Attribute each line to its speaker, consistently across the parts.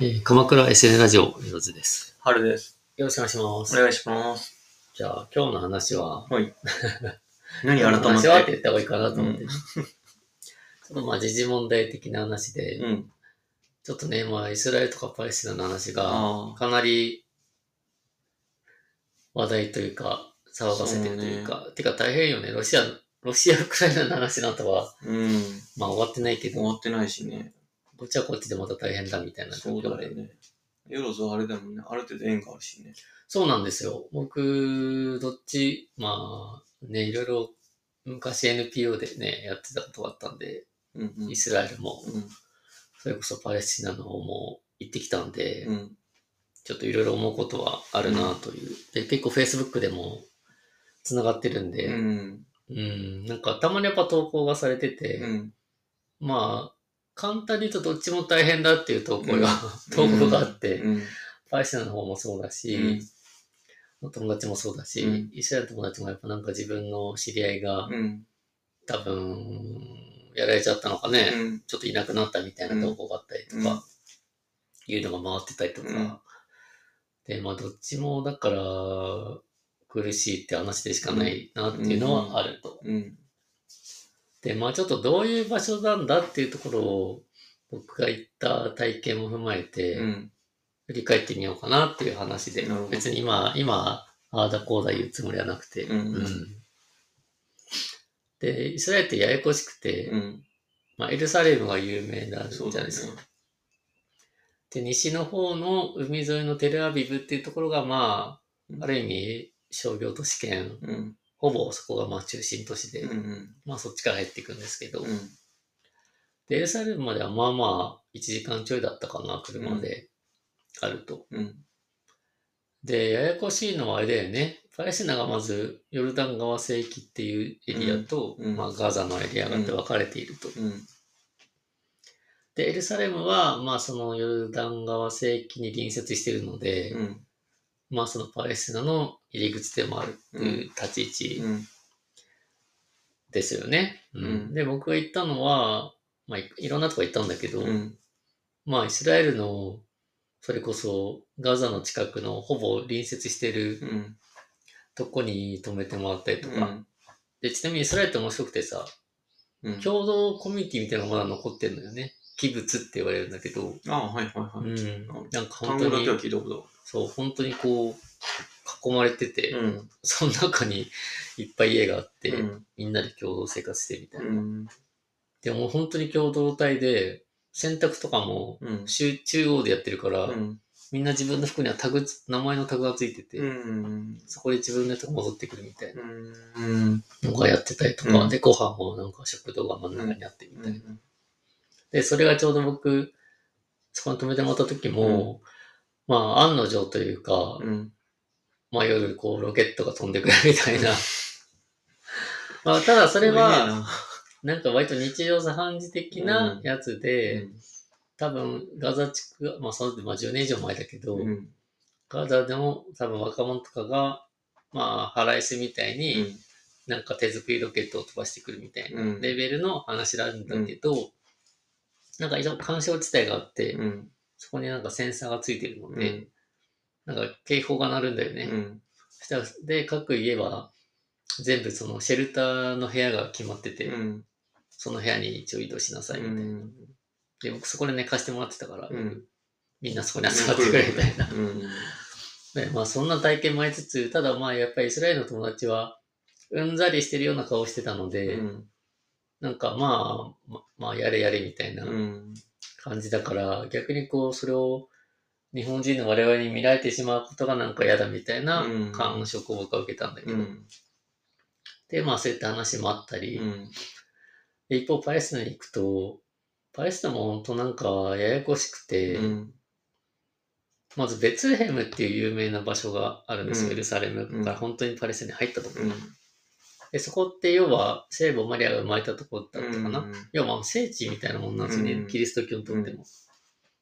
Speaker 1: えー鎌倉 SN ラジオ、みのずです。
Speaker 2: 春です。
Speaker 1: よろしくお願いしま
Speaker 2: お
Speaker 1: す。
Speaker 2: 願いします。
Speaker 1: じゃあ、今日の話は、
Speaker 2: はい。何
Speaker 1: 今日
Speaker 2: 改
Speaker 1: の話
Speaker 2: め
Speaker 1: はって
Speaker 2: て。
Speaker 1: 言った方がいいかなと思 って。ちょっとまあ、時事問題的な話で、
Speaker 2: うん。
Speaker 1: ちょっとね、まあ、イスラエルとかパレスチナの話が、
Speaker 2: あ
Speaker 1: かなり話題というか、騒がせてるというか、てか大変よね、ロシア、ロシア、ウクライナの話なんとは、
Speaker 2: あ。うん。
Speaker 1: まあ終わってないけ
Speaker 2: 終
Speaker 1: ど、
Speaker 2: わってないしね。
Speaker 1: こっちはこっちでまた大変だみたいな状
Speaker 2: そう
Speaker 1: 況
Speaker 2: だ
Speaker 1: で
Speaker 2: よ。ね。ヨロズはあれだもんね。ある程度縁があるしね。
Speaker 1: そうなんですよ。僕、どっち、まあ、ね、いろいろ昔 NPO でね、やってたことがあったんで、
Speaker 2: うんうん
Speaker 1: イ。スラエルも、
Speaker 2: うん
Speaker 1: それこそパレスチナの方も行ってきたんで、
Speaker 2: うん。
Speaker 1: ちょっといろいろ思うことはあるなという。で、結構 Facebook でも繋がってるんで、
Speaker 2: う
Speaker 1: うん、
Speaker 2: ん。
Speaker 1: なんかたまにやっぱ投稿がされてて、
Speaker 2: うん。
Speaker 1: まあ、簡単に言うとどっちも大変だっていう投稿 が、投稿があって、
Speaker 2: うん。
Speaker 1: パレスチナの方もそうだし、友達もそうだし、
Speaker 2: うん
Speaker 1: イスラエルの友達もやっぱなんか自分の知り合いが
Speaker 2: うん。
Speaker 1: 多分やられちゃったのかね、
Speaker 2: うん。
Speaker 1: ちょっといなくなったみたいな投稿があったりとか、いうのが回ってたりとか、
Speaker 2: うん
Speaker 1: で、まあどっちもだから苦しいって話でしかないなっていうのはあると。
Speaker 2: うん。
Speaker 1: で、まあちょっとどういう場所なんだっていうところを僕が行った体験も踏まえて、
Speaker 2: うん。
Speaker 1: 振り返ってみようかなっていう話で
Speaker 2: なるほ、ど
Speaker 1: 別に今、今、ああだこうだ言うつもりはなくて、
Speaker 2: うん
Speaker 1: で、イスラエルってややこしくて、
Speaker 2: うん。
Speaker 1: まあ、エルサレムが有名なんじゃ
Speaker 2: そう
Speaker 1: ない
Speaker 2: だ
Speaker 1: で
Speaker 2: ね。
Speaker 1: すか。で、西の方の海沿いのテルアビブっていうところが、ま
Speaker 2: う
Speaker 1: あ、
Speaker 2: ん
Speaker 1: ある意味商業都市圏、
Speaker 2: うん。
Speaker 1: ほぼそこがまあ中心都市で、
Speaker 2: うん。うん。
Speaker 1: まあそっちから入っていくんですけど、
Speaker 2: うん。
Speaker 1: で、エルサレムまではまあまあ1時間ちょいだったかな、車であると。
Speaker 2: うん。
Speaker 1: で、ややこしいのはあれだよね。パレスチナがまず、ヨルダン川聖域っていうエリアと、
Speaker 2: うんうん
Speaker 1: まあ、ガザのエリアがあって分かれていると。
Speaker 2: うん。
Speaker 1: で、エルサレムは、まあ、そのヨルダン川聖域に隣接しているので、
Speaker 2: うん。
Speaker 1: まあ、そのパレスチナの入り口でもあるっていう立ち位置
Speaker 2: うん。
Speaker 1: ですよね。
Speaker 2: んうん
Speaker 1: で、僕が行ったのは、まあ、いいろんなとこ行ったんだけど、
Speaker 2: うん。
Speaker 1: まあ、イスラエルの、それこそガザの近くのほぼ隣接している
Speaker 2: うん。
Speaker 1: とこに泊めてもらったりとか、
Speaker 2: うん。
Speaker 1: で、ちなみにイスラエルって面白くてさ、
Speaker 2: うん。
Speaker 1: 共同コミュニティみたいなのがまだ残ってんのよね。器物って言われるんだけど、
Speaker 2: ああ、はいは
Speaker 1: う
Speaker 2: いはい。
Speaker 1: ん
Speaker 2: うん。
Speaker 1: なんか本
Speaker 2: 単語
Speaker 1: 当
Speaker 2: だけは
Speaker 1: に、
Speaker 2: 聞いたこ
Speaker 1: そう、本当にこう、囲まれてて、
Speaker 2: とある。うん。
Speaker 1: その中にいっぱい家があって、
Speaker 2: うん
Speaker 1: みんなで共同生活してみたいな。
Speaker 2: うん。
Speaker 1: でも本当に共同体で、洗濯とかも、
Speaker 2: うん。
Speaker 1: 中中央でやってるから、
Speaker 2: うん。
Speaker 1: みんな自分の服にはタグ、名前のタグがついてて、
Speaker 2: うん。
Speaker 1: そこで自分のやつが戻ってくるみたいな
Speaker 2: うん。
Speaker 1: のがやってたりとか、
Speaker 2: うん
Speaker 1: で、ご飯もなんか食堂が真ん中にあってみたいな。で、それがちょうど僕、そこに泊めてもらった時も、まあ、案の定というか、
Speaker 2: うん。
Speaker 1: まあ、夜、こう、ロケットが飛んでくるみたいな。 まあ、ただそ
Speaker 2: そ
Speaker 1: れは、、なんか割と日常茶飯事的なやつ
Speaker 2: う
Speaker 1: で、
Speaker 2: ん
Speaker 1: 多分、ガザ地区が、まあ、その時、まあ、10年以上前だけど、
Speaker 2: うん。
Speaker 1: ガザでも多分若者とかが、まあ、腹いせみたいに、なんか手作りロケットを飛ばしてくるみたいな
Speaker 2: うん
Speaker 1: レベルの話なんだけど、なんか一応干渉地帯があって、
Speaker 2: うん。
Speaker 1: そこになんかセンサーがついてるの
Speaker 2: う
Speaker 1: で、
Speaker 2: ん。
Speaker 1: なんか警報が鳴るんだよね。
Speaker 2: うん。
Speaker 1: そしたら、で、各家は全部そのシェルターの部屋が決まってて、
Speaker 2: うん。
Speaker 1: その部屋に一応移動しなさいみたいな。で、僕そこで寝かしてもらってたから、
Speaker 2: うん
Speaker 1: みんなそこに集まってくれみたいな。
Speaker 2: うん。
Speaker 1: ね、まあそんな体験もありつつ、ただまあやっぱりイスラエルの友達は、うんざりしてるような顔してたので、
Speaker 2: うん。
Speaker 1: なんかまあ、ままあやれやれみたいな
Speaker 2: うん。
Speaker 1: 感じだから、逆にこう、それを日本人の我々に見られてしまうことがなんか嫌だみたいな
Speaker 2: うん
Speaker 1: 感触を僕は受けたんだけど、
Speaker 2: うん。
Speaker 1: で、まあそういった話もあったり、
Speaker 2: うん。
Speaker 1: で一方パレスチナに行くと、パレスチナも本当なんかややこしくて、
Speaker 2: うん。
Speaker 1: まずベツレヘムっていう有名な場所があるんですよ、
Speaker 2: うん
Speaker 1: エルサレムから本当にパレスチナに入ったところ。
Speaker 2: うん。
Speaker 1: で、そこって要は聖母マリアが生まれたところだったかな。
Speaker 2: うん
Speaker 1: 要はまあ聖地みたいなもんなんですよね、
Speaker 2: うん
Speaker 1: キリスト教にとっても。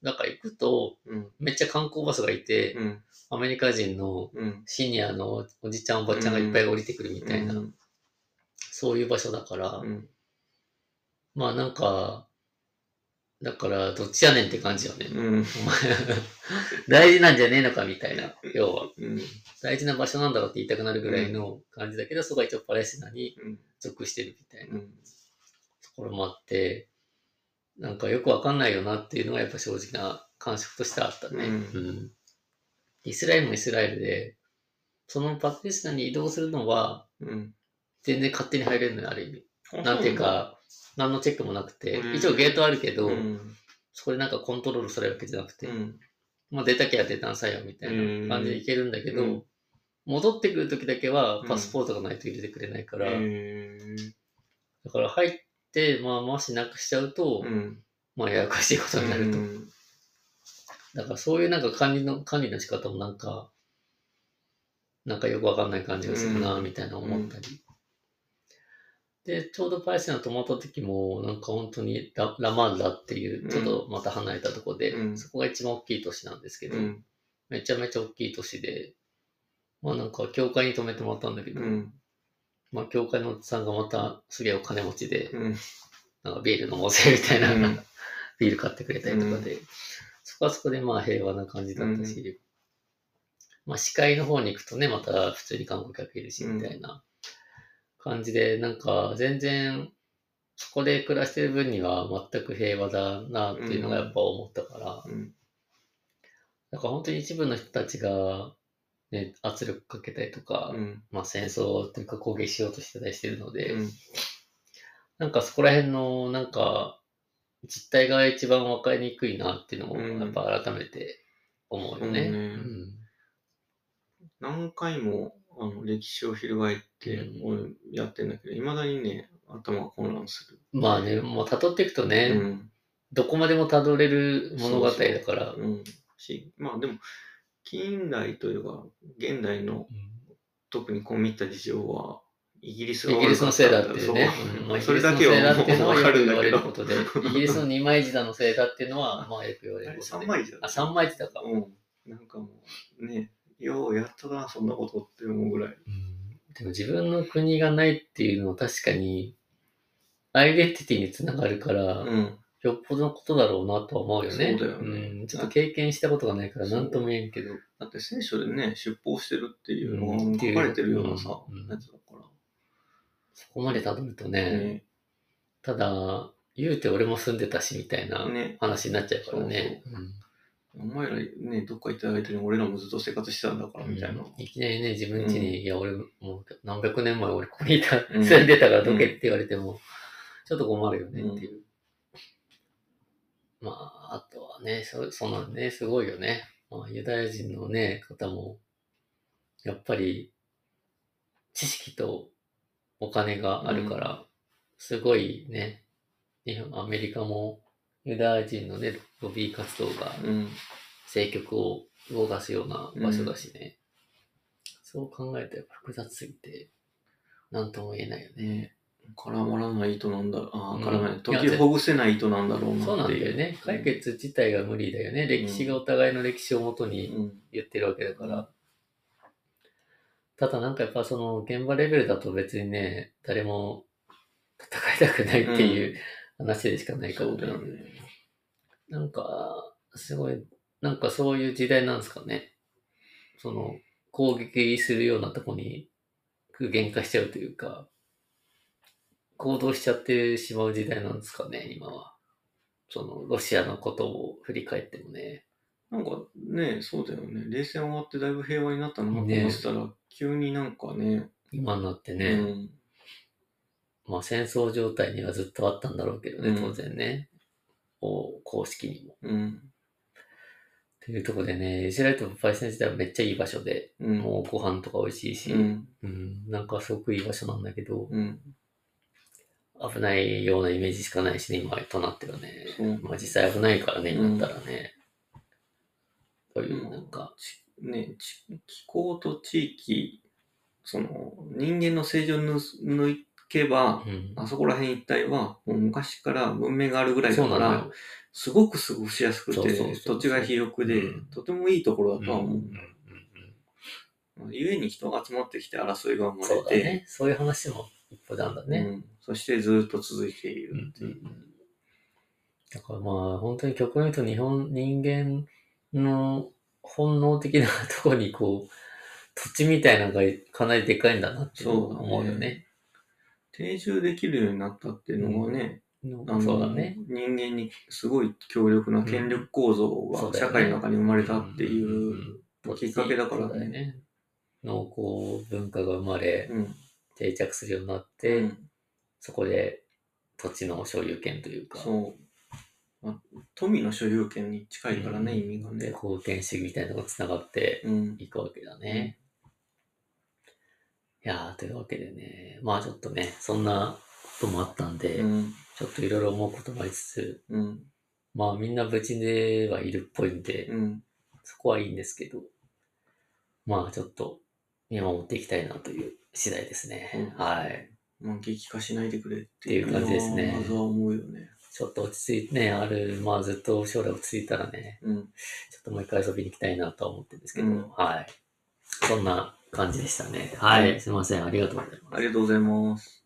Speaker 1: なんか行くと、
Speaker 2: うん。
Speaker 1: めっちゃ観光バスがいて、
Speaker 2: うん。
Speaker 1: アメリカ人の
Speaker 2: うん。
Speaker 1: シニアのおじちゃんおばちゃんがいっぱい降りてくるみたいな、
Speaker 2: うん。
Speaker 1: そういう場所だから、
Speaker 2: うん
Speaker 1: まあなんか、だからどっちやねんって感じよね。
Speaker 2: うん。
Speaker 1: お前大事なんじゃねえのかみたいな、要は。
Speaker 2: うん。
Speaker 1: 大事な場所なんだろうって言いたくなるぐらいの感じだけど、そこが一応パレスチナに属してるみたいな
Speaker 2: うん。
Speaker 1: ところもあって、なんかよくわかんないよなっていうのがやっぱ正直な感触としてはあったね。
Speaker 2: うん
Speaker 1: んイスラエルもイスラエルで、そのパレスチナに移動するのは
Speaker 2: うん。
Speaker 1: 全然勝手に入れるのよ、ある意
Speaker 2: あ
Speaker 1: 味。なんていう、か、何のチェックもなくて、
Speaker 2: うん
Speaker 1: 一応ゲートあるけ
Speaker 2: そ
Speaker 1: ど、
Speaker 2: うなんだうん。
Speaker 1: そこでなんかコントロールされるわけじゃなくて、
Speaker 2: うん。
Speaker 1: まあ、出たきゃ出たんさよみたいな感じでいけるんだけど、
Speaker 2: うん
Speaker 1: 戻ってくるときだけはパスポートがないと入れてくれないから、
Speaker 2: へー
Speaker 1: だから入って、まあ、もしなくしちゃうと、
Speaker 2: うん。
Speaker 1: まあ、ややこしいことになると。
Speaker 2: うん
Speaker 1: だから、そういうなんか管理の、管理の仕方もなんか、なんかよくわかんない感じがするな、
Speaker 2: うん
Speaker 1: みたいな思ったり。で、ちょうどパレスチナ泊まった時も、なんか本当にララマッラっていうう、
Speaker 2: ん
Speaker 1: ちょっとまた離れたとこで、
Speaker 2: うん
Speaker 1: そこが一番大きい都市なんですけど、
Speaker 2: うん。
Speaker 1: めちゃめちゃ大きい都市で、まあなんか教会に泊めてもらったんだけど、
Speaker 2: うん。
Speaker 1: まあ教会のおじさんがまたすげえお金持ちで、
Speaker 2: うん。
Speaker 1: なんかビール飲もうぜみたいな、
Speaker 2: うん
Speaker 1: ビール買ってくれたりとかで、そこはそこでまあ平和な感じだったし、まあ司会の方に行くとね、また普通に観光客いるし、
Speaker 2: うん
Speaker 1: みたいな感じで、なんか全然そこで暮らしてる分には全く平和だなっていうのがやっぱ思ったから、
Speaker 2: うん
Speaker 1: なんか本当に一部の人たちが、ね、圧力かけたりとか、
Speaker 2: うん。
Speaker 1: まあ、戦争というか攻撃しようとしてたりしてるので、
Speaker 2: うん
Speaker 1: なんかそこら辺のなんか実態が一番分かりにくいなっていうのを
Speaker 2: うん
Speaker 1: やっぱ改めて思うよね。
Speaker 2: そう
Speaker 1: う
Speaker 2: ね
Speaker 1: ん
Speaker 2: 何回もあの歴史を翻って
Speaker 1: う
Speaker 2: 俺やってんだけど、いまだにね、頭が混乱する。
Speaker 1: まあね、もう辿っていくとね、
Speaker 2: うん。
Speaker 1: どこまでも辿れる物語だから。
Speaker 2: うん。し、まあでも、近代というか、現代の特に込み入った事情は、イギリス
Speaker 1: イギリスのせいだっていうね。うんま
Speaker 2: そ
Speaker 1: あ
Speaker 2: う。
Speaker 1: イ
Speaker 2: そ
Speaker 1: ギ
Speaker 2: れ
Speaker 1: リス
Speaker 2: だ
Speaker 1: の
Speaker 2: け
Speaker 1: せいだ
Speaker 2: は
Speaker 1: っていうのは
Speaker 2: もうわか
Speaker 1: よく
Speaker 2: るん
Speaker 1: 言
Speaker 2: だ
Speaker 1: わ
Speaker 2: け
Speaker 1: れる
Speaker 2: ど
Speaker 1: こ。とで、イギリスの二枚舌のせいだっていうのは、まあよく言われること
Speaker 2: 3
Speaker 1: で。
Speaker 2: 枚じゃん
Speaker 1: あ、三枚舌か。
Speaker 2: うん。なんかもう、ね、ようやったな、そんなことって思うぐらい。
Speaker 1: でも自分の国がないっていうのは確かに、アイデンティティにつながるから、
Speaker 2: うん。
Speaker 1: よっぽどのことだろうなとは思うよね。
Speaker 2: そうだよね
Speaker 1: ん、ちょっと経験したことがないから
Speaker 2: そう
Speaker 1: 何とも言えんけど。
Speaker 2: だって聖書でね、出版してるっていうのが
Speaker 1: うん
Speaker 2: 書かれてるようなさ
Speaker 1: っていううん、
Speaker 2: やつだか
Speaker 1: そこまでたどると
Speaker 2: ら。
Speaker 1: ね、
Speaker 2: ね。
Speaker 1: ただ、言うて俺も住んでたしみたいな
Speaker 2: ね
Speaker 1: 話になっちゃうからね。
Speaker 2: お前らね、どっか行った間に俺らもずっと生活してたんだか
Speaker 1: う
Speaker 2: ら
Speaker 1: ん
Speaker 2: みたいな。
Speaker 1: いきなりね、自分家に、
Speaker 2: う
Speaker 1: いや、俺もう何百年前俺ここにいた、
Speaker 2: うん
Speaker 1: 住んでたからどけって言われても、ちょっと困るよねっていう。まあ、あとはね、そそんなんね、すごいよね。まあ、ユダヤ人のね、方も、やっぱり、知識とお金があるから、すごいね、日本アメリカもユダヤ人のね、ロビー活動が
Speaker 2: うん。
Speaker 1: 政局を動かすような場所だしね。そう考えるとやっぱ複雑すぎて、なんとも言えないよね。
Speaker 2: ね絡まらないとなんだあ
Speaker 1: う
Speaker 2: あ、
Speaker 1: ん
Speaker 2: 絡まない。
Speaker 1: いや
Speaker 2: 時をほぐせないとなんだろうなっていう。
Speaker 1: そうなんだよね。解決自体が無理だよね。歴史がお互いの歴史をもと
Speaker 2: う
Speaker 1: に
Speaker 2: ん。
Speaker 1: 言ってるわけだから。ただなんかやっぱその現場レベルだと別にね、誰も戦いたくないっていう話でしかないから
Speaker 2: そうだよ
Speaker 1: ね。
Speaker 2: ね。
Speaker 1: なんか、すごい、なんかそういう時代なんですかね。その、攻撃するようなとこに、具現化しちゃうというか、行動しちゃってしまう時代なんですかね、今は。その、ロシアのことを振り返ってもね。
Speaker 2: なんかね、そうだよね。冷戦終わってだいぶ平和になったなと思っ
Speaker 1: ね
Speaker 2: てたら、急になんかね、
Speaker 1: 今になってね、
Speaker 2: うん。
Speaker 1: まあ戦争状態にはずっとあったんだろうけどね、
Speaker 2: うん
Speaker 1: 当然ね。こう公式にも。
Speaker 2: うん。
Speaker 1: というところでね、イスラエルとパレスチナ自体はめっちゃいい場所で、
Speaker 2: うん。
Speaker 1: もうご飯とか美味しいし、
Speaker 2: うん。
Speaker 1: うん、なんかすごくいい場所なんだけど、
Speaker 2: うん。
Speaker 1: 危ないようなイメージしかないしね、今となってはね。
Speaker 2: そう
Speaker 1: まあ実際危ないからね、
Speaker 2: うん
Speaker 1: 今だったらね。という、なんか、
Speaker 2: ね、ち気候と地域、その、人間の正常を抜す抜けば、
Speaker 1: うん
Speaker 2: あそこら辺一帯は、もう昔から文明があるぐらいだ
Speaker 1: そうな
Speaker 2: か
Speaker 1: んだ
Speaker 2: ら、
Speaker 1: よ。
Speaker 2: すごく過ごしやすく
Speaker 1: そうそうそう
Speaker 2: て、
Speaker 1: そう
Speaker 2: 土地が肥沃で
Speaker 1: うん、
Speaker 2: とてもいいところ
Speaker 1: うん
Speaker 2: だ
Speaker 1: う
Speaker 2: とは
Speaker 1: ん
Speaker 2: 思
Speaker 1: う
Speaker 2: うんまあゆえに人が集まってきて争いが生
Speaker 1: うん
Speaker 2: ま
Speaker 1: そうだ
Speaker 2: れて、
Speaker 1: ね。そういう話も一歩なんだね。
Speaker 2: うんそしてずっと続いているっていう。
Speaker 1: だからまあ、本当に極論言うと日本、人間の本能的なところにこう、土地みたいなのがかなりでかいんだなって
Speaker 2: そうだね
Speaker 1: 思うよね。
Speaker 2: 定住できるようになったっていうのがね、
Speaker 1: の
Speaker 2: あの
Speaker 1: そうだね。
Speaker 2: 人間にすごい強力な権力構造
Speaker 1: うんそう
Speaker 2: が
Speaker 1: だよ
Speaker 2: 社
Speaker 1: ね
Speaker 2: 会の中に生まれたってい
Speaker 1: ん
Speaker 2: う、
Speaker 1: んうん
Speaker 2: きっかけだからね
Speaker 1: そうよね。農耕文化が生まれ、
Speaker 2: うん
Speaker 1: 定着するようになっ
Speaker 2: う
Speaker 1: て、
Speaker 2: ん
Speaker 1: そこで土地の所有権というか、
Speaker 2: そう、まあ富の所有権に近いからね、
Speaker 1: うん
Speaker 2: 意味が
Speaker 1: で、
Speaker 2: ね。
Speaker 1: 貢献主義みたいなのが繋がって
Speaker 2: うん、
Speaker 1: いくわけだね。いやー、というわけでね、まあちょっとね、そんなこともあったんで、
Speaker 2: うん、
Speaker 1: ちょっといろいろ思うこともありつつ、
Speaker 2: うん、
Speaker 1: まあみんな無事ではいるっぽいんで、
Speaker 2: うん、
Speaker 1: そこはいいんですけど、まあちょっと見守っていきたいなという次第ですね。
Speaker 2: うん
Speaker 1: はい。
Speaker 2: まあ、激化しないでくれっ
Speaker 1: っていう感じですね
Speaker 2: まずは思うよね。
Speaker 1: ちょっと落ち着いてね、ある、まあずっと将来落ち着いたらね、
Speaker 2: うん、
Speaker 1: ちょっともう一回遊びに行きたいなとは思ってるんですけど、
Speaker 2: うん
Speaker 1: はい。そんな感じでしたね。はい。すいません。ありがとうございます
Speaker 2: あ。りがとうございます。